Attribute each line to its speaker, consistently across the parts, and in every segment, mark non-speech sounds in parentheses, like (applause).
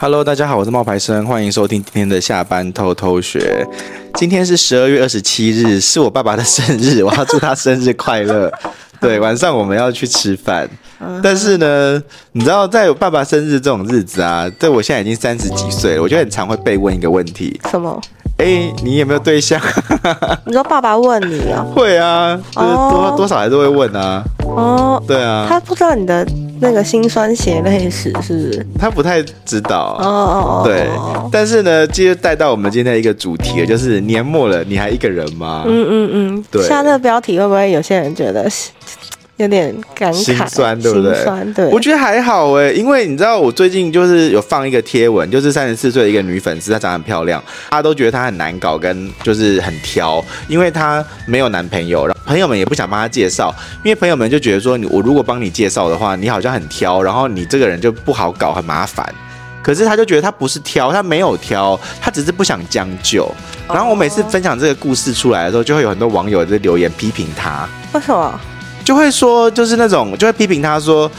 Speaker 1: Hello，大家好，我是冒牌生，欢迎收听今天的下班偷偷学。今天是十二月二十七日，是我爸爸的生日， (laughs) 我要祝他生日快
Speaker 2: (laughs)
Speaker 1: 乐。对，晚上我们要去吃饭，
Speaker 2: 嗯
Speaker 1: 但是呢，你知道，在我爸爸生日这种日子啊，对我现在已经三十几岁了，我觉得很常会被问一个问题：
Speaker 2: 什么？
Speaker 1: 哎、你有没有对象？ (laughs)
Speaker 2: 你说爸爸问你哦？
Speaker 1: 会啊，就是多
Speaker 2: 哦
Speaker 1: 多少还是会问啊。
Speaker 2: 哦，
Speaker 1: 对啊，
Speaker 2: 他不知道你的那个辛酸血泪史是不是？
Speaker 1: 他不太知
Speaker 2: 哦
Speaker 1: 道。
Speaker 2: 哦哦，
Speaker 1: 对，但是呢，这就带到我们今天的一个主题了，就是年末了，你还一个人吗？
Speaker 2: 嗯嗯嗯，
Speaker 1: 对
Speaker 2: 下这个标题会不会有些人觉得 (laughs) 是有点感慨、
Speaker 1: 心酸，对不对？
Speaker 2: 心酸，对。
Speaker 1: 我觉得还好哎、因为你知道，我最近就是有放一个贴文，就是三十四岁的一个女粉丝，她长得很漂亮，大家都觉得她很难搞，跟就是很挑，因为她没有男朋友，然后朋友们也不想帮她介绍，因为朋友们就觉得说，你我如果帮你介绍的话，你好像很挑，然后你这个人就不好搞，很麻烦。可是她就觉得她不是挑，她没有挑，她只是不想将就。
Speaker 2: 哦
Speaker 1: 然后我每次分享这个故事出来的时候，就会有很多网友就留言批评她。
Speaker 2: 为什么？
Speaker 1: 就会说，就是那种就会批评他说，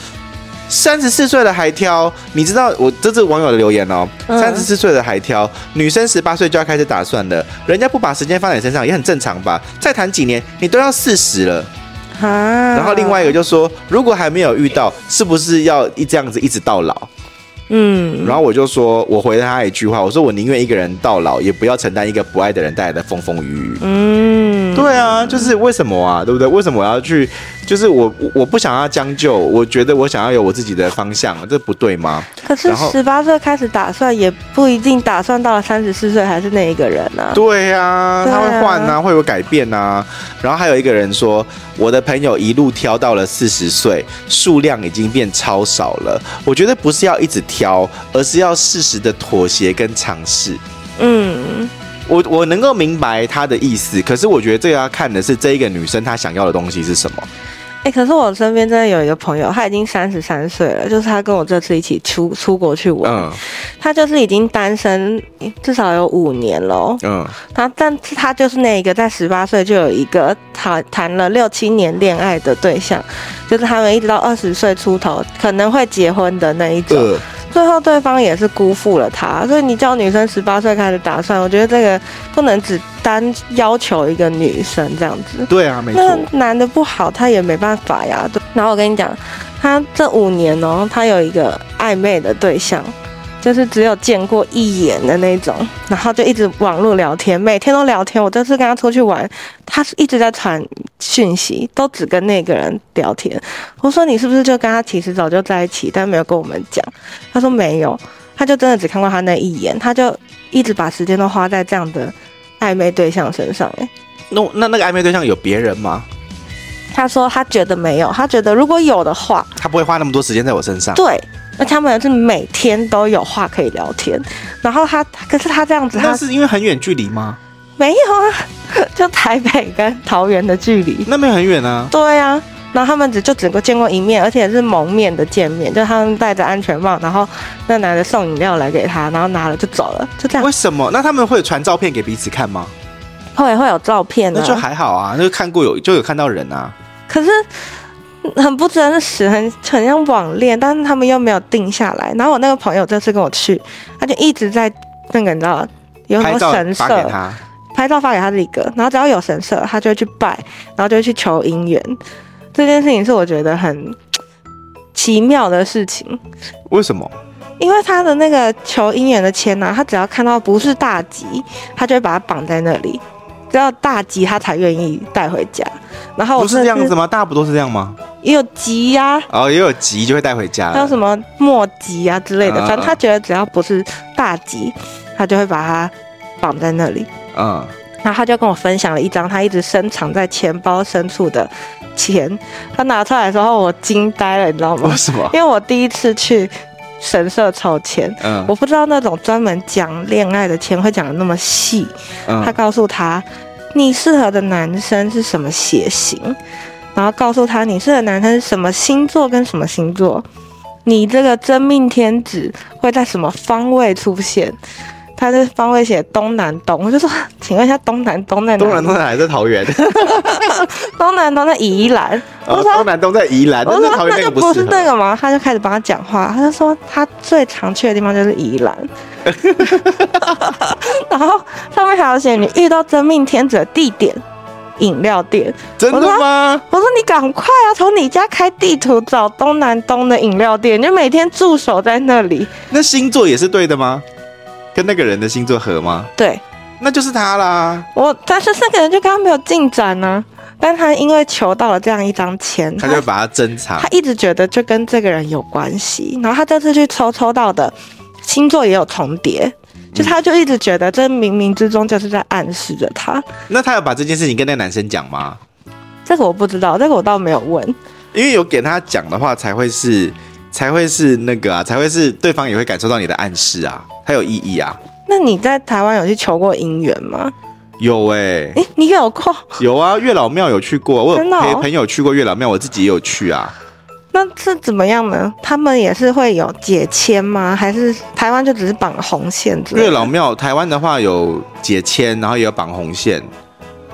Speaker 1: 三十四岁的还挑，你知道我这是网友的留言哦，
Speaker 2: 嗯
Speaker 1: 三十四岁的还挑，女生十八岁就要开始打算了，人家不把时间放在你身上也很正常吧？再谈几年，你都要四十了。
Speaker 2: 啊？然
Speaker 1: 然后另外一个就说，如果还没有遇到，是不是要一这样子一直到老？
Speaker 2: 嗯，
Speaker 1: 然后我就说，我回他一句话，我说我宁愿一个人到老，也不要承担一个不爱的人带来的风风雨雨。
Speaker 2: 嗯，
Speaker 1: 对啊，就是为什么啊，对不对？为什么我要去？就是我我我不想要将就，我觉得我想要有我自己的方向，这不对吗？
Speaker 2: 可是
Speaker 1: 然后
Speaker 2: 十八岁开始打算，也不一定打算到了三十四岁还是那一个人啊。
Speaker 1: 对呀、啊，
Speaker 2: 对
Speaker 1: 他
Speaker 2: 啊
Speaker 1: 会换啊，会有改变啊。然后还有一个人说，我的朋友一路挑到了四十岁，数量已经变超少了。我觉得不是要一直挑，而是要适时的妥协跟尝试。
Speaker 2: 嗯，
Speaker 1: 我我能够明白他的意思，可是我觉得这个要看的是这一个女生她想要的东西是什么。
Speaker 2: 哎、可是我身边真的有一个朋友，他已经三十三岁了，就是他跟我这次一起出出国去玩，
Speaker 1: 嗯
Speaker 2: 他就是已经单身诶至少有五年喽。
Speaker 1: 嗯，
Speaker 2: 然后，但是他就是那一个在十八岁就有一个谈谈了六七年恋爱的对象，就是他们一直到二十岁出头可能会结婚的那一种。
Speaker 1: 呃
Speaker 2: 最后对方也是辜负了他，所以你叫女生十八岁开始打算，我觉得这个不能只单要求一个女生这样子。
Speaker 1: 对啊，没错。
Speaker 2: 那男的不好，他也没办法呀。对然后我跟你讲，他这五年哦、他有一个暧昧的对象，就是只有见过一眼的那种，然后就一直网络聊天，每天都聊天。我这次跟他出去玩，他是一直在传讯息，都只跟那个人聊天。我说你是不是就跟他其实早就在一起，但没有跟我们讲？他说没有，他就真的只看过他那一眼，他就一直把时间都花在这样的暧昧对象身上、欸。
Speaker 1: 那那那个暧昧对象有别人吗？
Speaker 2: 他说他觉得没有，他觉得如果有的话，
Speaker 1: 他不会花那么多时间在我身上。
Speaker 2: 对，那他们是每天都有话可以聊天。然后他，可是他这样子，
Speaker 1: 那
Speaker 2: 他
Speaker 1: 是因为很远距离吗？
Speaker 2: 没有啊， (laughs) 就台北跟桃园的距离。
Speaker 1: 那没有很远啊。
Speaker 2: 对啊，然后他们只就只过见过一面，而且是蒙面的见面，就他们戴着安全帽，然后那男的送饮料来给他，然后拿了就走了，就这样
Speaker 1: 为。什么？那他们会有传照片给彼此看吗？
Speaker 2: 会会有照片
Speaker 1: 那就
Speaker 2: 啊，
Speaker 1: 还好啊，那就看过有就有看到人啊。
Speaker 2: 可是。很不真实，很很像网恋，但是他们又没有定下来。然后我那个朋友这次跟我去，他就一直在那个你知道，有很
Speaker 1: 拍
Speaker 2: 多
Speaker 1: 照
Speaker 2: 神社
Speaker 1: 发给他，
Speaker 2: 拍照发给他自己哥，然后只要有神社，他就会去拜，然后就会去求姻缘。这件事情是我觉得很奇妙的事情，
Speaker 1: 为什么？
Speaker 2: 因为他的那个求姻缘的签呢、他只要看到不是大吉，他就会把它绑在那里，只要大吉他才愿意带回家。然哦后我
Speaker 1: 不是这样子，吗？大家不都是这样吗？
Speaker 2: 也有吉呀、
Speaker 1: 哦，也有急就会带回家
Speaker 2: 还有
Speaker 1: 了。
Speaker 2: 什么墨吉啊之类的
Speaker 1: 嗯，
Speaker 2: 反正他觉得只要不是大吉，他就会把它绑在那里。
Speaker 1: 嗯，
Speaker 2: 然后他就跟我分享了一张他一直深藏在钱包深处的钱，他拿出来的时候我惊呆了，你知道吗
Speaker 1: 为？什么？
Speaker 2: 因 (laughs) 为我第一次去神社抽钱，
Speaker 1: 嗯
Speaker 2: 我不知道那种专门讲恋爱的钱会讲的那么细。他
Speaker 1: (laughs) 嗯，
Speaker 2: 告诉他，你适合的男生是什么血型，然后告诉他你适合的男生是什么星座跟什么星座，你这个真命天子会在什么方位出现。他在方位写东南东，我就说，请问一下东南东在哪里？
Speaker 1: 东南东在哪里？在桃园。
Speaker 2: 东南东在宜兰。
Speaker 1: 哦
Speaker 2: (laughs) 我说
Speaker 1: 东南东在宜兰，
Speaker 2: 我
Speaker 1: 但
Speaker 2: 说
Speaker 1: 是桃园
Speaker 2: 哦那
Speaker 1: 个
Speaker 2: 个
Speaker 1: 不
Speaker 2: 不
Speaker 1: 适
Speaker 2: 是
Speaker 1: 合
Speaker 2: 那个吗？他就开始帮他讲话，他就说他最常去的地方就是宜 (laughs) 兰，然后上面还有写你遇到真命天子的地点。饮料店，
Speaker 1: 真的吗？
Speaker 2: 我说你赶快啊，从你家开地图找东南东的饮料店，你就每天驻守在那里。
Speaker 1: 那星座也是对的吗？跟那个人的星座合吗？
Speaker 2: 对
Speaker 1: 那就是他啦。
Speaker 2: 我，但是那个人就跟他没有进展呢、但他因为求到了这样一张签，
Speaker 1: 他就会把它珍藏
Speaker 2: 他。一直觉得就跟这个人有关系，然后他这次去抽抽到的星座也有重叠，
Speaker 1: 嗯
Speaker 2: 就他就一直觉得这冥冥之中就是在暗示着他。
Speaker 1: 那他有把这件事情跟那男生讲吗？
Speaker 2: 这个我不知道，这个我倒没有问。
Speaker 1: 因为有给他讲的话，才会是才会是那个啊，才会是对方也会感受到你的暗示啊，才有意义啊。
Speaker 2: 那你在台湾有去求过姻缘吗？
Speaker 1: 有哎、
Speaker 2: 诶，你有过？ (laughs)
Speaker 1: 有啊，月老庙有去过，我
Speaker 2: 真
Speaker 1: 有
Speaker 2: 的哦
Speaker 1: 陪朋友去过月老庙，我自己也有去啊。
Speaker 2: 那是怎么样呢？他们也是会有解签吗？还是台湾就只是绑红线之类的？
Speaker 1: 月老庙台湾的话有解签，然后也有绑红线，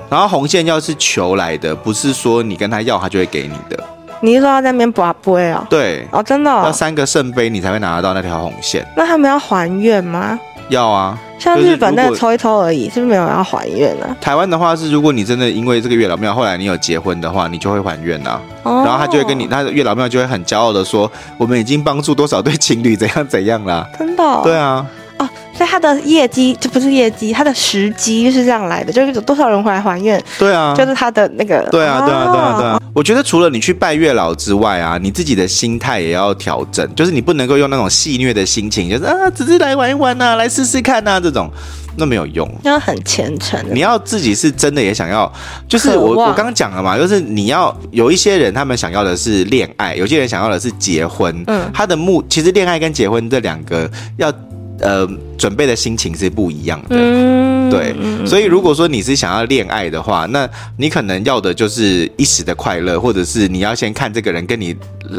Speaker 1: 然后红线要是求来的，不是说你跟他要他就会给你的，
Speaker 2: 你是说要在那边卜卜哦？
Speaker 1: 对，
Speaker 2: 哦，真的、
Speaker 1: 要
Speaker 2: 哦？
Speaker 1: 三个圣杯你才会拿得到那条红线。
Speaker 2: 那他们要还愿吗？
Speaker 1: 要啊，
Speaker 2: 像
Speaker 1: 就是
Speaker 2: 日本那
Speaker 1: 如果
Speaker 2: 个抽一抽而已，是不是没有要还愿啊呢、
Speaker 1: 台湾的话是，如果你真的因为这个月老庙，后来你有结婚的话，你就会还愿啊。
Speaker 2: 哦，
Speaker 1: 然后他就会跟你，他的月老庙就会很骄傲的说，我们已经帮助多少对情侣怎样怎样啦。
Speaker 2: 真的、哦？
Speaker 1: 对啊，
Speaker 2: 哦，所以他的业绩这不是业绩，他的时机是这样来的，就是有多少人回来还愿，
Speaker 1: 对啊，
Speaker 2: 就是他的那个。
Speaker 1: 对啊，对啊，对啊，对
Speaker 2: 哦。
Speaker 1: 啊！我觉得除了你去拜月老之外啊，你自己的心态也要调整，就是你不能够用那种戏谑的心情，就是啊，只是来玩一玩呐、来试试看呐、这种，那没有用。
Speaker 2: 要很虔诚的
Speaker 1: 你，要自己是真的也想要，就是
Speaker 2: 渴
Speaker 1: 我
Speaker 2: 望
Speaker 1: 我刚刚讲了嘛，就是你要有一些人他们想要的是恋爱，有些人想要的是结婚，
Speaker 2: 嗯
Speaker 1: 他的目其实恋爱跟结婚这两个要呃准备的心情是不一样的，
Speaker 2: 嗯
Speaker 1: 对，所以如果说你是想要恋爱的话，那你可能要的就是一时的快乐，或者是你要先看这个人跟你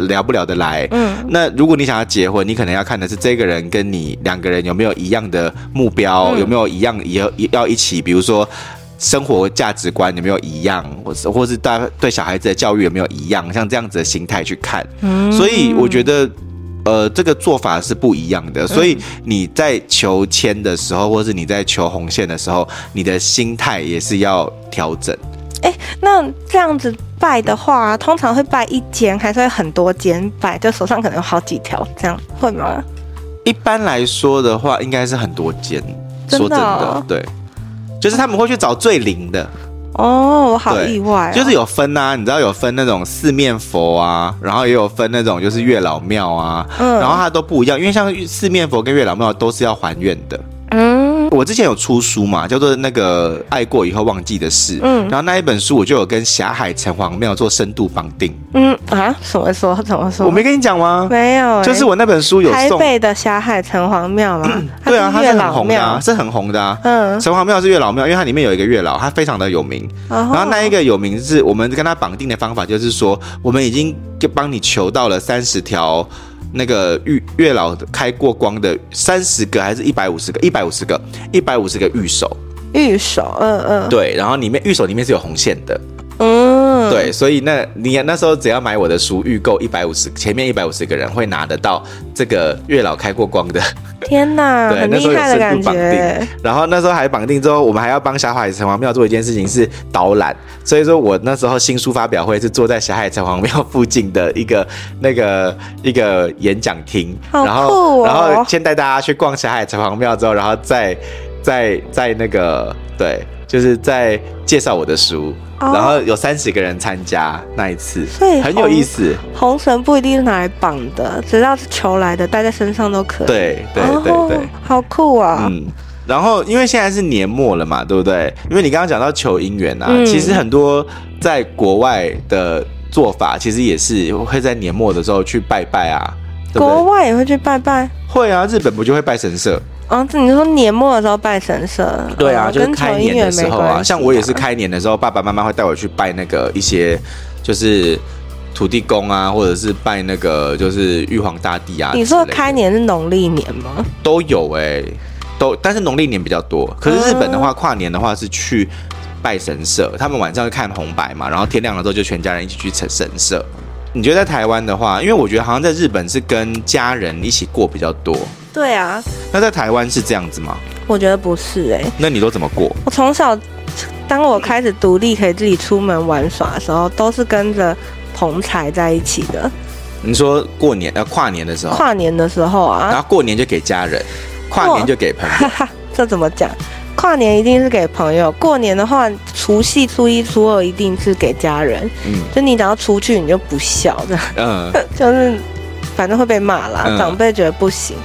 Speaker 1: 聊不聊得来。
Speaker 2: 嗯，
Speaker 1: 那如果你想要结婚，你可能要看的是这个人跟你两个人有没有一样的目标，
Speaker 2: 嗯
Speaker 1: 有没有一样也要一起，比如说。生活价值观有没有一样，或是或是大对小孩子的教育有没有一样，像这样子的心态去看，
Speaker 2: 嗯
Speaker 1: 所以我觉得。呃，这个做法是不一样的，
Speaker 2: 嗯
Speaker 1: 所以你在求签的时候，或是你在求红线的时候，你的心态也是要调整。
Speaker 2: 那这样子拜的话，通常会拜一间，还是会很多间拜？就手上可能有好几条，这样会吗？
Speaker 1: 一般来说的话，应该是很多间。
Speaker 2: 真的
Speaker 1: 说真的
Speaker 2: 哦，
Speaker 1: 对，就是他们会去找最灵的，
Speaker 2: 哦，我好
Speaker 1: 对
Speaker 2: 意外、哦，
Speaker 1: 就是有分啊，你知道有分那种四面佛啊，然后也有分那种就是月老庙啊，
Speaker 2: 嗯
Speaker 1: 然后它都不一样，因为像四面佛跟月老庙都是要还愿的。
Speaker 2: 嗯
Speaker 1: 我之前有出书嘛，叫做那个《爱过以后忘记的事》，
Speaker 2: 嗯
Speaker 1: 然后那一本书我就有跟霞海城隍庙做深度绑定。
Speaker 2: 嗯啊，怎么说怎么说？
Speaker 1: 我没跟你讲吗？
Speaker 2: 没有欸、
Speaker 1: 嗯就是我那本书有
Speaker 2: 台
Speaker 1: 送，
Speaker 2: 北的霞海城隍庙嘛，
Speaker 1: (clears throat) 对啊，它是
Speaker 2: 月
Speaker 1: 很
Speaker 2: 老
Speaker 1: 红的、啊
Speaker 2: 庙，，
Speaker 1: 是很红的啊。
Speaker 2: 嗯，哦
Speaker 1: 城隍庙是月老庙，因为它里面有一个月老，它非常的有名。
Speaker 2: 然
Speaker 1: 然后那一个有名是我们跟他绑定的方法，就是说我们已经就帮你求到了三十条那个玉月老开过光的三十个还是一百五十个？一百五十个，一百五十个玉手。
Speaker 2: 玉手，嗯
Speaker 1: (laughs)
Speaker 2: 嗯，
Speaker 1: 对，然后里面玉手里面是有红线的，
Speaker 2: 嗯，
Speaker 1: 对，所以那你那时候只要买我的书，预购一百五十，前面一百五十个人会拿得到这个月老开过光的。
Speaker 2: 天哪，
Speaker 1: 对
Speaker 2: 很
Speaker 1: 那时候
Speaker 2: 厉
Speaker 1: 有
Speaker 2: 害的
Speaker 1: 深度
Speaker 2: 感
Speaker 1: 绑
Speaker 2: 觉。
Speaker 1: 然后那时候还绑定之后，我们还要帮霞海城隍庙做一件事情是导览，所以说我那时候新书发表会是坐在霞海城隍庙附近的一个那个一个演讲厅，
Speaker 2: 好
Speaker 1: 然后、
Speaker 2: 酷哦
Speaker 1: 然后先带大家去逛霞海城隍庙之后，然后再再再那个对，就是在介绍我的书。
Speaker 2: 哦
Speaker 1: 然后有三十个人参加那一次
Speaker 2: 所以，哦
Speaker 1: 很有
Speaker 2: 红
Speaker 1: 意思。
Speaker 2: 红绳不一定是拿来绑的，只要是求来的，戴在身上都可以。
Speaker 1: 对对
Speaker 2: 哦，
Speaker 1: 对对，
Speaker 2: 好酷啊！
Speaker 1: 嗯，然后因为现在是年末了嘛，对不对？因为你刚刚讲到求姻缘啊，
Speaker 2: 嗯
Speaker 1: 其实很多在国外的做法，其实也是会在年末的时候去拜拜啊，对不
Speaker 2: 国
Speaker 1: 对？
Speaker 2: 外也会去拜拜。
Speaker 1: 会啊，日本不就会拜神社？
Speaker 2: 啊，这你说年末的时候拜神社，
Speaker 1: 对啊，
Speaker 2: 哦
Speaker 1: 就是
Speaker 2: 跟
Speaker 1: 开
Speaker 2: 求姻
Speaker 1: 年的
Speaker 2: 缘
Speaker 1: 时
Speaker 2: 没
Speaker 1: 候
Speaker 2: 关系
Speaker 1: 啊，
Speaker 2: 啊。
Speaker 1: 像我也是开年的时候，爸爸妈妈会带我去拜那个一些就是土地公啊，或者是拜那个就是玉皇大帝啊之类的。
Speaker 2: 你说开年是农历年吗？
Speaker 1: 都有哎、都，但是农历年比较多。可是日本的话，跨年的话是去拜神社，他们晚上看红白嘛，然后天亮了之后就全家人一起去神神社。你觉得在台湾的话，因为我觉得好像在日本是跟家人一起过比较多，
Speaker 2: 对啊，
Speaker 1: 那在台湾是这样子吗？
Speaker 2: 我觉得不是哎、
Speaker 1: 那你都怎么过？
Speaker 2: 我从小，当我开始独立可以自己出门玩耍的时候，都是跟着同才在一起的。
Speaker 1: 你说过年呃跨年的时候，
Speaker 2: 跨年的时候
Speaker 1: 然
Speaker 2: 啊，
Speaker 1: 后过年就给家人，跨年就给朋友
Speaker 2: 哈。哈， (laughs) 这怎么讲？跨年一定是给朋友，过年的话，除夕、初一、初二一定是给家人。
Speaker 1: 嗯
Speaker 2: 就你只要出去，你就不孝 (laughs) 这样。
Speaker 1: 嗯，
Speaker 2: 就是反正会被骂啦，
Speaker 1: 嗯
Speaker 2: 长辈觉得不行。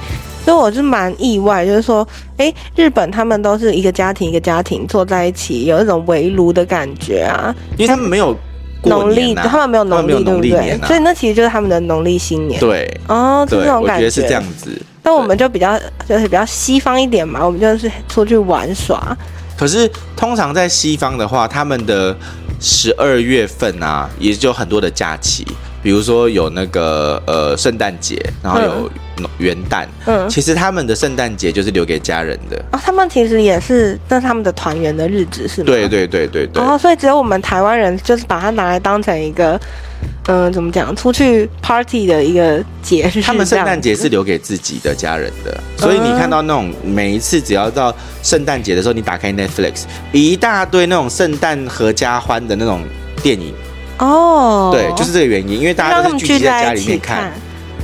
Speaker 2: 所以我是蛮意外，就是说，诶，日本他们都是一个家庭一个家庭坐在一起，有一种围炉的感觉啊。
Speaker 1: 因为他们没有过
Speaker 2: 农历
Speaker 1: 年啊
Speaker 2: 他们没有农
Speaker 1: 他们没有
Speaker 2: 历，对
Speaker 1: 农
Speaker 2: 不
Speaker 1: 历
Speaker 2: 对
Speaker 1: 年？啊
Speaker 2: 所以那其实就是他们的农历新年。
Speaker 1: 对
Speaker 2: 哦，是这
Speaker 1: 对，
Speaker 2: 种
Speaker 1: 我
Speaker 2: 感
Speaker 1: 觉得是这样子。
Speaker 2: 那我们就比较就是比较西方一点嘛，我们就是出去玩耍。
Speaker 1: 可是通常在西方的话，他们的十二月份啊，也就很多的假期，比如说有那个呃圣诞节，然后有元旦。
Speaker 2: 嗯，
Speaker 1: 其实他们的圣诞节就是留给家人的。
Speaker 2: 哦，他们其实也是，那是他们的团圆的日子是吗？
Speaker 1: 对对对对对，
Speaker 2: 然后、所以只有我们台湾人就是把它拿来当成一个，嗯、怎么讲，出去 party 的一个节日。
Speaker 1: 他们圣诞节
Speaker 2: 这
Speaker 1: 是
Speaker 2: 样子
Speaker 1: 留给自己的家人的，所以你看到那种每一次只要到圣诞节的时候，你打开 Netflix 一大堆那种圣诞合家欢的那种电影，
Speaker 2: 哦，
Speaker 1: 对，就是这个原因，因为大家
Speaker 2: 让他
Speaker 1: 都
Speaker 2: 们
Speaker 1: 是聚集
Speaker 2: 聚
Speaker 1: 在家
Speaker 2: 在一
Speaker 1: 里
Speaker 2: 起
Speaker 1: 面看，。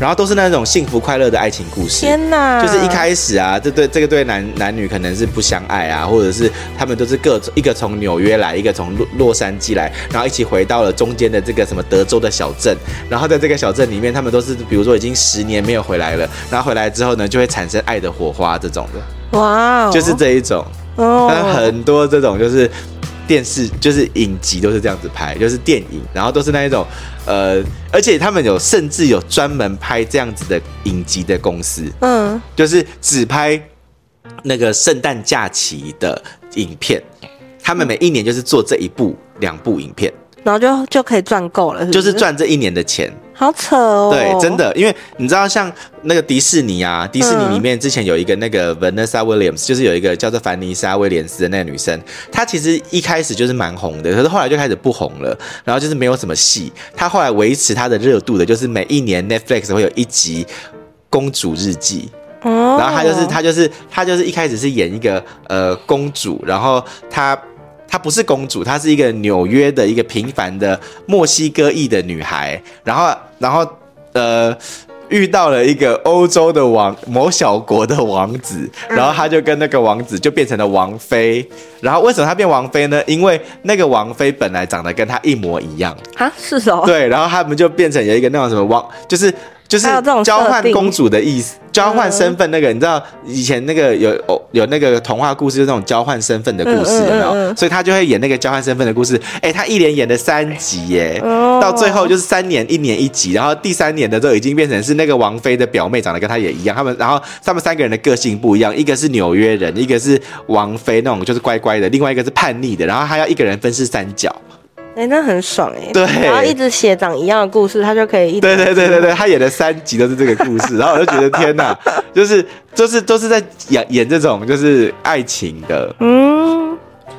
Speaker 1: 然后都是那种幸福快乐的爱情故事。
Speaker 2: 天哪！
Speaker 1: 就是一开始啊，这对这个对男男女可能是不相爱啊，或者是他们都是各一个从纽约来，一个从洛洛杉矶来，然后一起回到了中间的这个什么德州的小镇，然后在这个小镇里面，他们都是比如说已经十年没有回来了，然后回来之后呢，就会产生爱的火花这种的，
Speaker 2: 哇哦，
Speaker 1: 就是这一种。那
Speaker 2: 哦，
Speaker 1: 很多这种就是电视就是影集都是这样子拍，就是电影，然后都是那一种呃，而且他们有甚至有专门拍这样子的影集的公司，
Speaker 2: 嗯，
Speaker 1: 就是只拍那个圣诞假期的影片。他们每一年就是做这一部、两部影片，
Speaker 2: 然后就就可以赚够了，是不
Speaker 1: 就是
Speaker 2: 是
Speaker 1: 赚这一年的钱。
Speaker 2: 好扯哦，
Speaker 1: 对，真的，因为你知道，像那个迪士尼啊，迪士尼里面之前有一个那个 Vanessa Williams，就是有一个叫做凡妮莎威廉斯的那个女生，她其实一开始就是蛮红的，可是后来就开始不红了，然后就是没有什么戏。她后来维持她的热度的，就是每一年 Netflix 会有一集《公主日记》，
Speaker 2: 哦。
Speaker 1: 然后她就是她就是她就是一开始是演一个呃公主，然后她她不是公主，她是一个纽约的一个平凡的墨西哥裔的女孩，然后然后呃。遇到了一个欧洲的王，某小国的王子，然后她就跟那个王子就变成了王妃。然后为什么她变王妃呢？因为那个王妃本来长得跟她一模一样，
Speaker 2: 啊，是哦，
Speaker 1: 对，然后他们就变成有一个那种什么王，就是就是
Speaker 2: 还有这种设
Speaker 1: 交换
Speaker 2: 定
Speaker 1: 公主的意思，交换身份那个，你知道以前那个有哦有那个童话故事，就是那种交换身份的故事
Speaker 2: 嗯嗯
Speaker 1: 有没有？
Speaker 2: 嗯嗯
Speaker 1: 所以他就会演那个交换身份的故事。哎，他一连演了三集耶，
Speaker 2: 哦
Speaker 1: 到最后就是三年一年一集，然后第三年的时候已经变成是那个王妃的表妹长得跟她也一样，他们然后他们三个人的个性不一样，一个是纽约人，一个是王妃那种就是乖乖的，另外一个是叛逆的，然后还要一个人分饰三角。
Speaker 2: 哎，那很爽哎，
Speaker 1: 对
Speaker 2: 然后一直写长一样的故事，他就可以一直
Speaker 1: (laughs) 对对对对对，他演的三集都是这个故事，然后我就觉得天
Speaker 2: (laughs)
Speaker 1: 哪，就是就是都是在演演这种就是爱情的，
Speaker 2: 嗯。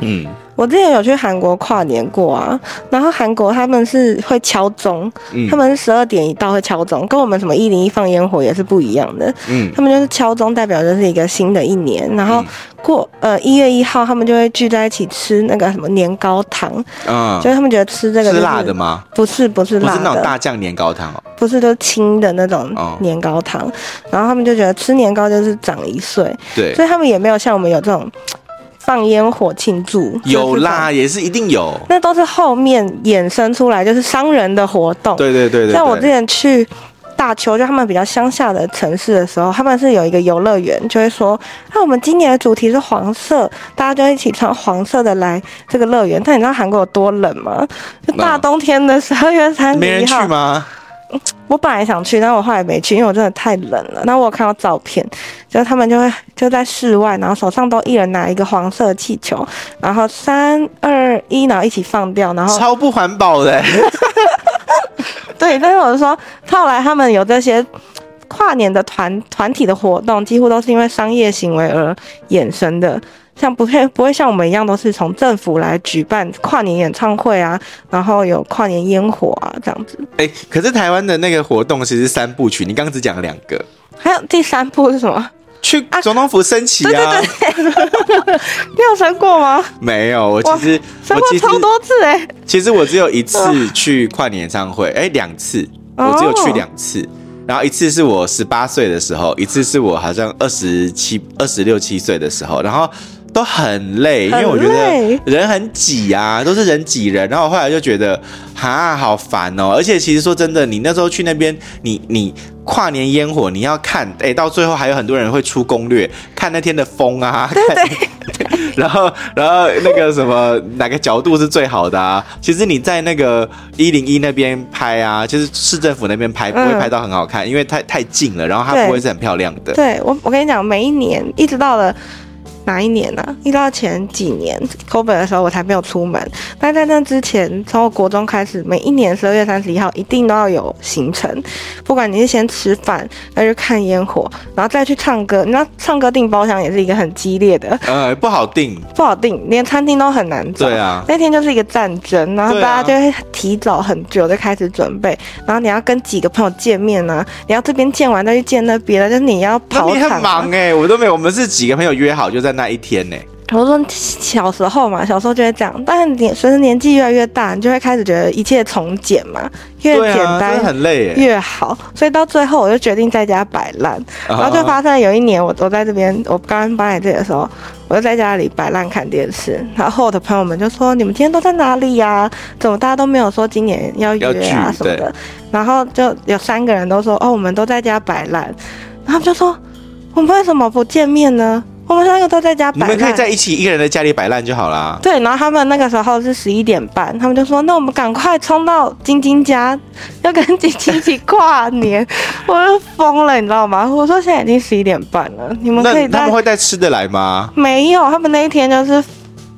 Speaker 1: 嗯，
Speaker 2: 我之前有去韩国跨年过啊，然后韩国他们是会敲钟，
Speaker 1: 嗯
Speaker 2: 他们是十二点一到会敲钟，跟我们什么一零一放烟火也是不一样的。
Speaker 1: 嗯
Speaker 2: 他们就是敲钟，代表就是一个新的一年。然后过呃一月一号，他们就会聚在一起吃那个什么年糕糖，
Speaker 1: 啊
Speaker 2: 就，是他们觉得吃这个、就是是
Speaker 1: 辣的？吗？
Speaker 2: 不是，不是
Speaker 1: 不
Speaker 2: 辣
Speaker 1: 是那种
Speaker 2: 的，
Speaker 1: 大酱年糕汤哦，
Speaker 2: 不是就是轻的那种
Speaker 1: 哦
Speaker 2: 年糕糖。然后他们就觉得吃年糕就是长一岁，
Speaker 1: 对
Speaker 2: 所，以他们也没有像我们有这种放烟火庆祝，
Speaker 1: 有
Speaker 2: 就是这种
Speaker 1: 啦，也是一定有，
Speaker 2: 那都是后面衍生出来，就是商人的活动。
Speaker 1: 对对对对，
Speaker 2: 像我之
Speaker 1: 对
Speaker 2: 前去大邱，就他们比较乡下的城市的时候，他们是有一个游乐园，就会说，那、我们今年的主题是黄色，大家就一起穿黄色的来这个乐园。但你知道韩国有多冷吗？就大
Speaker 1: 嗯
Speaker 2: 冬天的十二月三
Speaker 1: 没
Speaker 2: 十
Speaker 1: 人
Speaker 2: 一
Speaker 1: 去
Speaker 2: 号，
Speaker 1: 吗？
Speaker 2: 我本来想去，但我后来没去，因为我真的太冷了。那我有看到照片，就是他们就会就在室外，然后手上都一人拿一个黄色的气球，然后三二一，然后一起放掉，然后
Speaker 1: 超不环保的， (laughs)
Speaker 2: 对，但是我是说，后来他们有这些跨年的团团体的活动，几乎都是因为商业行为而衍生的。像不会不会像我们一样，都是从政府来举办跨年演唱会啊，然后有跨年烟火啊这样子。
Speaker 1: 哎、可是台湾的那个活动其实是三部曲，你刚刚只讲了两个，
Speaker 2: 还有第三步是什么？
Speaker 1: 去总统府升旗啊？
Speaker 2: (laughs) 你有升过吗？
Speaker 1: 没有，我其实
Speaker 2: 升
Speaker 1: 我
Speaker 2: 过
Speaker 1: 其实
Speaker 2: 超多次哎、欸，
Speaker 1: 其实我只有一 (laughs) 次去跨年演唱会，哎、两次，
Speaker 2: 哦
Speaker 1: 我只有去两次。然后一次是我十八岁的时候，一次是我好像二十七、二十六七岁的时候，然后都很累，因为我觉
Speaker 2: 很累
Speaker 1: 得人很挤啊，都是人挤人。然后我后来就觉得，哈，好烦哦。而且其实说真的，你那时候去那边，你你跨年烟火，你要看，哎，到最后还有很多人会出攻略，看那天的风啊，对对然后，然后那个什么，哪个角度是最好的啊？其实你在那个一零一那边拍啊，就是市政府那边拍，不会
Speaker 2: 嗯
Speaker 1: 拍到很好看，因为太太近了，然后它
Speaker 2: 对
Speaker 1: 不会是很漂亮的。
Speaker 2: 对我我跟你讲，每一年一直到了。哪一年呢、一直到前几年 COVID 的时候，我才没有出门。但在那之前，从我国中开始，每一年十二月三十一号一定都要有行程，不管你是先吃饭，再去看烟火，然后再去唱歌。你知道唱歌订包厢也是一个很激烈的，
Speaker 1: 呃，不好定。
Speaker 2: 不好订，连餐厅都很难找。
Speaker 1: 对
Speaker 2: (laughs)
Speaker 1: 啊，
Speaker 2: 那天就是一个战争，然后
Speaker 1: 对
Speaker 2: 大家
Speaker 1: 啊
Speaker 2: 就会提早很久就开始准备，然后你要跟几个朋友见面呢、你要这边见完再去见那边，啊就是你要
Speaker 1: 那
Speaker 2: 跑
Speaker 1: 你
Speaker 2: 场、啊
Speaker 1: 很忙哎、我都没有，我们是几个朋友约好就在那一天欸呢、
Speaker 2: 我说小时候嘛，小时候就会这样，但是你随着年纪越来越大，你就会开始觉得一切从简嘛，越
Speaker 1: 对
Speaker 2: 简
Speaker 1: 啊，
Speaker 2: 单
Speaker 1: 真的、很累哎、
Speaker 2: 越好，所以到最后我就决定在家摆烂，
Speaker 1: 啊哦
Speaker 2: 然后就发生了有一年我我在这边，我刚刚搬来这里的时候，我就在家里摆烂看电视，然后我的朋友们就说：“你们今天都在哪里呀、怎么大家都没有说今年要约啊
Speaker 1: 要聚
Speaker 2: 什么的？”然后就有三个人都说：“哦，我们都在家摆烂。”然后他们就说：“我们为什么不见面呢？我们三个都在家
Speaker 1: 你
Speaker 2: 摆
Speaker 1: 们可以
Speaker 2: 烂。”
Speaker 1: 在一起一个人在家里摆烂就好啦。
Speaker 2: 对，然后他们那个时候是十一点半，他们就说：“那我们赶快冲到晶晶家，要跟晶晶一起跨年。”我就疯了，你知道吗？我说现在已经十一点半了，你们可以
Speaker 1: 那他
Speaker 2: 在
Speaker 1: 们会带吃的来吗？
Speaker 2: 没有，他们那一天就是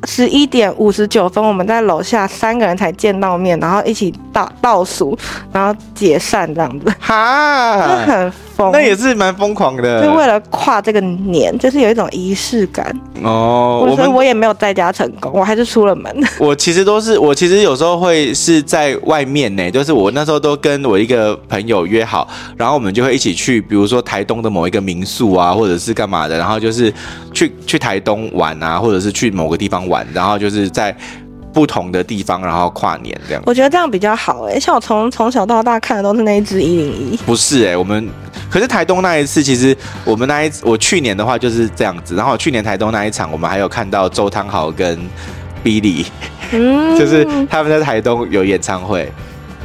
Speaker 2: 十一点五十九分，我们在楼下三个人才见到面，然后一起倒倒数，然后解散这样子，就
Speaker 1: 哈，
Speaker 2: 很疯。
Speaker 1: 啊那也是蛮疯狂的。
Speaker 2: 就为了跨这个年，就是有一种仪式感。
Speaker 1: 哦，我
Speaker 2: 所以
Speaker 1: 们
Speaker 2: 我也没有在家成功，我还是出了门。
Speaker 1: 我其实都是，我其实有时候会是在外面呢，就是我那时候都跟我一个朋友约好，然后我们就会一起去，比如说台东的某一个民宿啊，或者是干嘛的，然后就是去去台东玩啊，或者是去某个地方玩，然后就是在不同的地方，然后跨年这样。
Speaker 2: 我觉得这样比较好哎、像我从从小到大看的都是那一只一零一，
Speaker 1: 不是哎、我们可是台东那一次，其实我们那一我去年的话就是这样子，然后去年台东那一场，我们还有看到周汤豪跟 Billy，
Speaker 2: 嗯，
Speaker 1: 就是他们在台东有演唱会，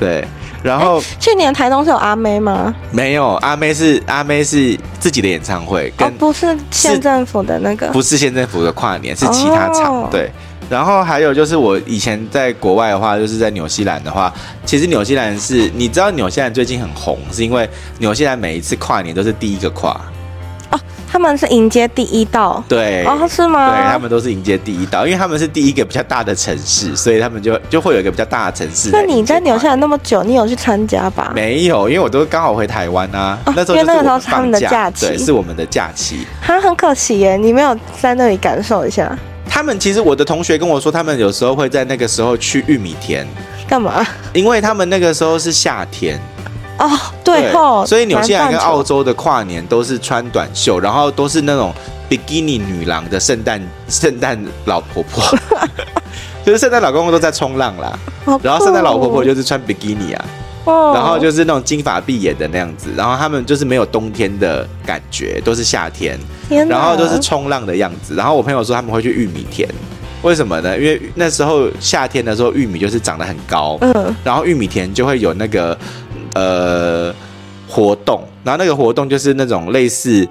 Speaker 1: 对，然后。
Speaker 2: 去年台东是有阿妹吗？
Speaker 1: 没有，阿妹是阿妹是自己的演唱会，跟
Speaker 2: 哦，不是县政府的那个，
Speaker 1: 不是县政府的跨年，是其他场、
Speaker 2: 哦
Speaker 1: 对。然后还有就是，我以前在国外的话，就是在纽西兰的话，其实纽西兰是，你知道纽西兰最近很红，是因为纽西兰每一次跨年都是第一个跨，
Speaker 2: 他们是迎接第一道，
Speaker 1: 对，
Speaker 2: 哦，是吗？
Speaker 1: 对他们都是迎接第一道，因为他们是第一个比较大的城市，所以他们就就会有一个比较大的城市来迎
Speaker 2: 那
Speaker 1: 接跨年。
Speaker 2: 你在纽西兰那么久，你有去参加吧？
Speaker 1: 没有，因为我都刚好回台湾啊，
Speaker 2: 哦
Speaker 1: 那时候
Speaker 2: 因为那
Speaker 1: 就是
Speaker 2: 个时候
Speaker 1: 我
Speaker 2: 是他们的
Speaker 1: 放
Speaker 2: 假期
Speaker 1: 对，是我们的假期。
Speaker 2: 哈，很可惜耶，你没有在那里感受一下，
Speaker 1: 他们其实我的同学跟我说，他们有时候会在那个时候去玉米田，
Speaker 2: 干嘛？
Speaker 1: 因为他们那个时候是夏天，
Speaker 2: 哦，对哦，
Speaker 1: 所以纽西兰跟澳
Speaker 2: 洲
Speaker 1: 洲的跨年都是穿短袖，然后都是那种比基尼女郎的圣诞圣诞老婆
Speaker 2: (laughs)
Speaker 1: 婆，就是圣诞老公公都在冲浪啦，然后圣诞老婆婆，就是穿比基尼啊，
Speaker 2: 哦
Speaker 1: 然后就是那种金发碧眼的那样子，然后他们就是没有冬天的感觉，都是夏天，
Speaker 2: 天哪
Speaker 1: 然后就是冲浪的样子。然后我朋友说他们会去玉米田，为什么呢？因为那时候夏天的时候玉米就是长得很高，
Speaker 2: 嗯，
Speaker 1: 然后玉米田就会有那个呃活动，然后那个活动就是那种类似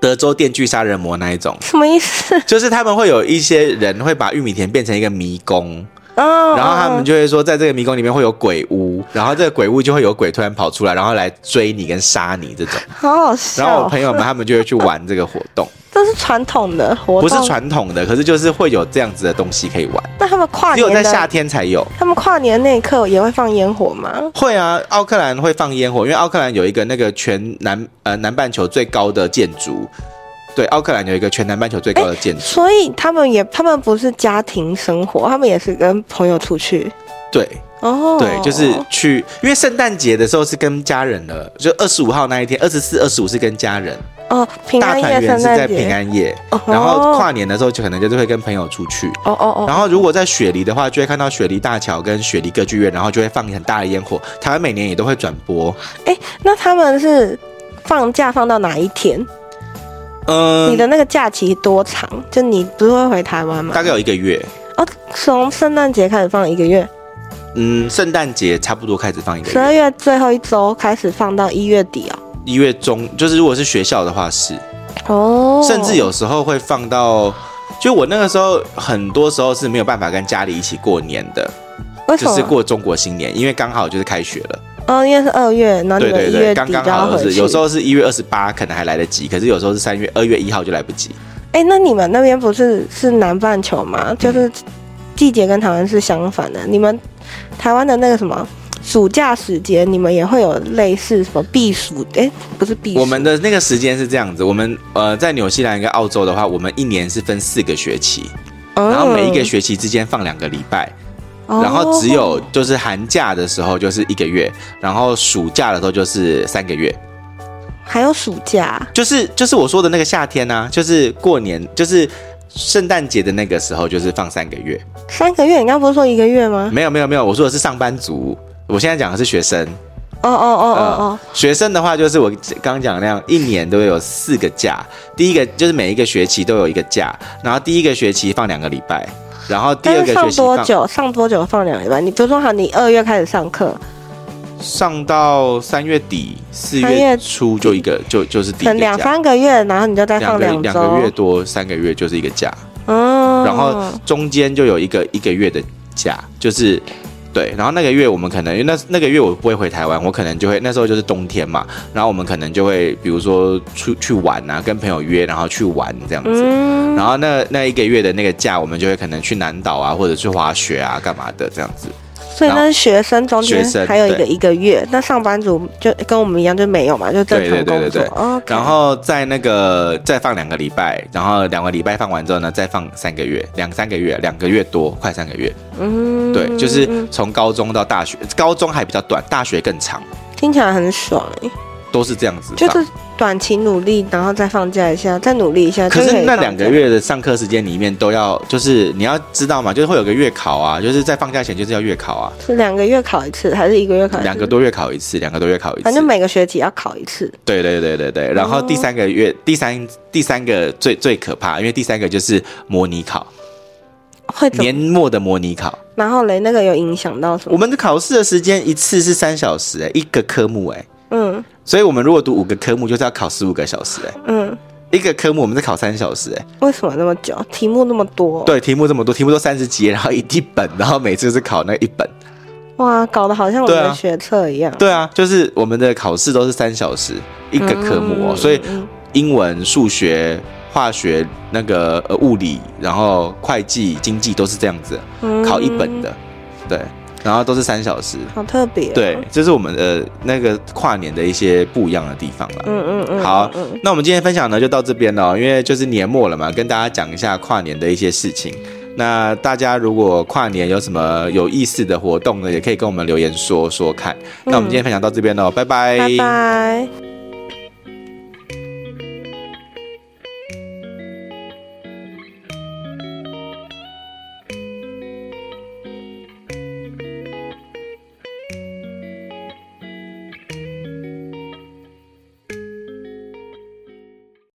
Speaker 1: 德州电锯杀人魔那一种，
Speaker 2: 什么意思？
Speaker 1: 就是他们会有一些人会把玉米田变成一个迷宫，
Speaker 2: 哦，
Speaker 1: 然后他们
Speaker 2: 就
Speaker 1: 就会说在这个迷宫里面会有鬼屋，然后这个鬼屋就会有鬼突然跑出来，然后来追你跟杀你这种。
Speaker 2: 好好笑，
Speaker 1: 然后我朋友们他们就会去玩这个活动。
Speaker 2: 这这是传统的活
Speaker 1: 不
Speaker 2: 动，
Speaker 1: 是传统的，可是就是会有这样子的东西可以玩，
Speaker 2: 那他们跨
Speaker 1: 只有
Speaker 2: 年
Speaker 1: 在
Speaker 2: 的
Speaker 1: 夏天才有。
Speaker 2: 他们跨年那一刻也会放烟火吗？
Speaker 1: 会啊，奥克兰会放烟火，因为奥克兰有一个那个全南呃南半球最高的建筑，对，奥克兰有一个全南半球最高的建筑，
Speaker 2: 所以他们也，他们不是家庭生活，他们也是跟朋友出去
Speaker 1: 对
Speaker 2: 哦。
Speaker 1: 对，就是去，因为圣诞节的时候是跟家人了，就二十五号那一天，二十四、二十五是跟家人，
Speaker 2: 哦，平
Speaker 1: 大
Speaker 2: 安夜、
Speaker 1: 团圆
Speaker 2: 圣
Speaker 1: 是
Speaker 2: 诞
Speaker 1: 在平
Speaker 2: 节，
Speaker 1: 安夜，
Speaker 2: 哦
Speaker 1: 然后跨年的时候就可能就是会跟朋友出去。
Speaker 2: 哦哦哦，
Speaker 1: 然后，如果在雪梨的话，就会看到雪梨大桥跟雪梨歌剧院，然后就会放很大的烟火。台湾每年也都会转播。
Speaker 2: 哎、那他们是放假放到哪一天？
Speaker 1: 嗯、
Speaker 2: 你的那个假期多长？就你不是会回台湾吗
Speaker 1: 大？概有一个月。
Speaker 2: 哦，从圣诞节开始放一个月，
Speaker 1: 嗯，圣诞节差不多开始放一个
Speaker 2: 十二
Speaker 1: 月，
Speaker 2: 月最后一周开始放到一月底哦。
Speaker 1: 一月中就是如果是学校的话是，
Speaker 2: 哦，
Speaker 1: 甚至有时候会放到，就我那个时候很多时候是没有办法跟家里一起过年的，
Speaker 2: 为什
Speaker 1: 就
Speaker 2: 么？
Speaker 1: 是过中国新年，因为刚好就是开学了，
Speaker 2: 哦，因为是二月，然后你
Speaker 1: 对
Speaker 2: 们
Speaker 1: 对
Speaker 2: 一月
Speaker 1: 对，
Speaker 2: 底
Speaker 1: 刚
Speaker 2: 就
Speaker 1: 刚
Speaker 2: 要
Speaker 1: 好
Speaker 2: 回
Speaker 1: 是，
Speaker 2: 去。
Speaker 1: 有时候是一月二十八可能还来得及，可是有时候是三月二月一号就来不及，
Speaker 2: 哎、那你们那边不是是南半球
Speaker 1: 嗯
Speaker 2: 吗？就是季节跟台湾是相反的。你们台湾的那个什么暑假时节，你们也会有类似什么避暑？哎、不是避暑，
Speaker 1: 我们的那个时间是这样子，我们呃在纽西兰跟澳洲的话，我们一年是分四个学期，
Speaker 2: 嗯，
Speaker 1: 然后每一个学期之间放两个礼拜。
Speaker 2: 哦，
Speaker 1: 然后只有就是寒假的时候就是一个月，然后暑假的时候就是三个月，
Speaker 2: 还有暑假，
Speaker 1: 就是就是我说的那个夏天呢、就是过年，就是圣诞节的那个时候就是放三个月。
Speaker 2: 三个月。你刚不是说一个月吗？
Speaker 1: 没有没有没有，我说的是上班族，我现在讲的是学生。嗯
Speaker 2: 哦哦哦哦哦，
Speaker 1: 呃学生的话就是我刚讲的那样，一年都有四个假，第一个就是每一个学期都有一个假，然后第一个学期放两个礼拜，然后第二
Speaker 2: 但
Speaker 1: 个
Speaker 2: 是
Speaker 1: 学
Speaker 2: 上
Speaker 1: 期
Speaker 2: 多
Speaker 1: 放
Speaker 2: 久？上多久放两个礼拜？你比如说好，你二月开始上课，
Speaker 1: 上到三月底四
Speaker 2: 三月
Speaker 1: 月初就一个就就是第一
Speaker 2: 可能
Speaker 1: 个
Speaker 2: 两
Speaker 1: 假。
Speaker 2: 三个月，然后你就再
Speaker 1: 两
Speaker 2: 放
Speaker 1: 个
Speaker 2: 周，
Speaker 1: 两个月多三个月就是一个假，
Speaker 2: 嗯，
Speaker 1: 然后中间就有一个一个月的假，就是对，然后那个月我们可能因为那那个月我不会回台湾，我可能就会那时候就是冬天嘛，然后我们可能就会比如说出去玩啊，跟朋友约，然后去玩这样子。
Speaker 2: 嗯，
Speaker 1: 然后那那一个月的那个假，我们就会可能去南岛啊，或者去滑雪啊，干嘛的这样子。
Speaker 2: 所以那是学生中间
Speaker 1: 学生
Speaker 2: 还有一个
Speaker 1: 对
Speaker 2: 一个月，那上班族就跟我们一样就没有嘛，就正常工作。
Speaker 1: 对
Speaker 2: 哦
Speaker 1: 对对对对
Speaker 2: OK
Speaker 1: 然后在那个再放两个礼拜，然后两个礼拜放完之后呢，再放三个月，两三个月，两个月多，快三个月。
Speaker 2: 嗯
Speaker 1: 对，就是从高中到大学，高中还比较短，大学更长，
Speaker 2: 听起来很爽哎、
Speaker 1: 都是这样子。
Speaker 2: 就是短期努力，然后再放假一下，再努力一下。
Speaker 1: 可
Speaker 2: 就是以
Speaker 1: 那
Speaker 2: 放假
Speaker 1: 两个，月的上课时间里面都要，就是你要知道嘛，就是会有个月考啊，就是在放假前就是要月考啊，
Speaker 2: 是两个月考一次，还是一个月考一次？
Speaker 1: 两个，多月考一次，两个多月考一次
Speaker 2: 啊反。正每哦个学期要考一次。
Speaker 1: 对对对对对。然后第三个月，第三第三个最最可怕，因为第三个就是模拟考，
Speaker 2: 会怎么？
Speaker 1: 年末的模拟考。
Speaker 2: 然后嘞，那个有影响到什
Speaker 1: 我
Speaker 2: 么？
Speaker 1: 们的考试的时间一次是三小时、欸，一个科目、欸，
Speaker 2: 嗯
Speaker 1: 所以我们如果读五个科目，就是要考十五个小时、欸，
Speaker 2: 嗯，
Speaker 1: 一个科目我们是考三小时、欸，
Speaker 2: 为什么那么久？题目那么多？，
Speaker 1: 对，题目这么多，题目都三十几页，然后一一本，然后每次就是考那一本。
Speaker 2: 哇，搞得好像我
Speaker 1: 对
Speaker 2: 们
Speaker 1: 啊
Speaker 2: 的学测一样。
Speaker 1: 对啊，就是我们的考试都是三小时一个科目哦，
Speaker 2: 嗯
Speaker 1: 所以
Speaker 2: 嗯
Speaker 1: 英文、数学、化学、那个呃物理，然后会计、经济都是这样子，
Speaker 2: 嗯
Speaker 1: 啊考一本的，对，然后都是三小时。
Speaker 2: 好特别、哦。
Speaker 1: 对，这是我们的呃那个跨年的一些不一样的地方啦。
Speaker 2: 嗯，嗯嗯嗯，
Speaker 1: 好
Speaker 2: 嗯，
Speaker 1: 那我们今天分享呢就到这边了，因为就是年末了嘛，跟大家讲一下跨年的一些事情。那大家如果跨年有什么有意思嗯的活动呢，也可以跟我们留言说说看。那我们今天分享到这边喽，拜
Speaker 2: 拜拜。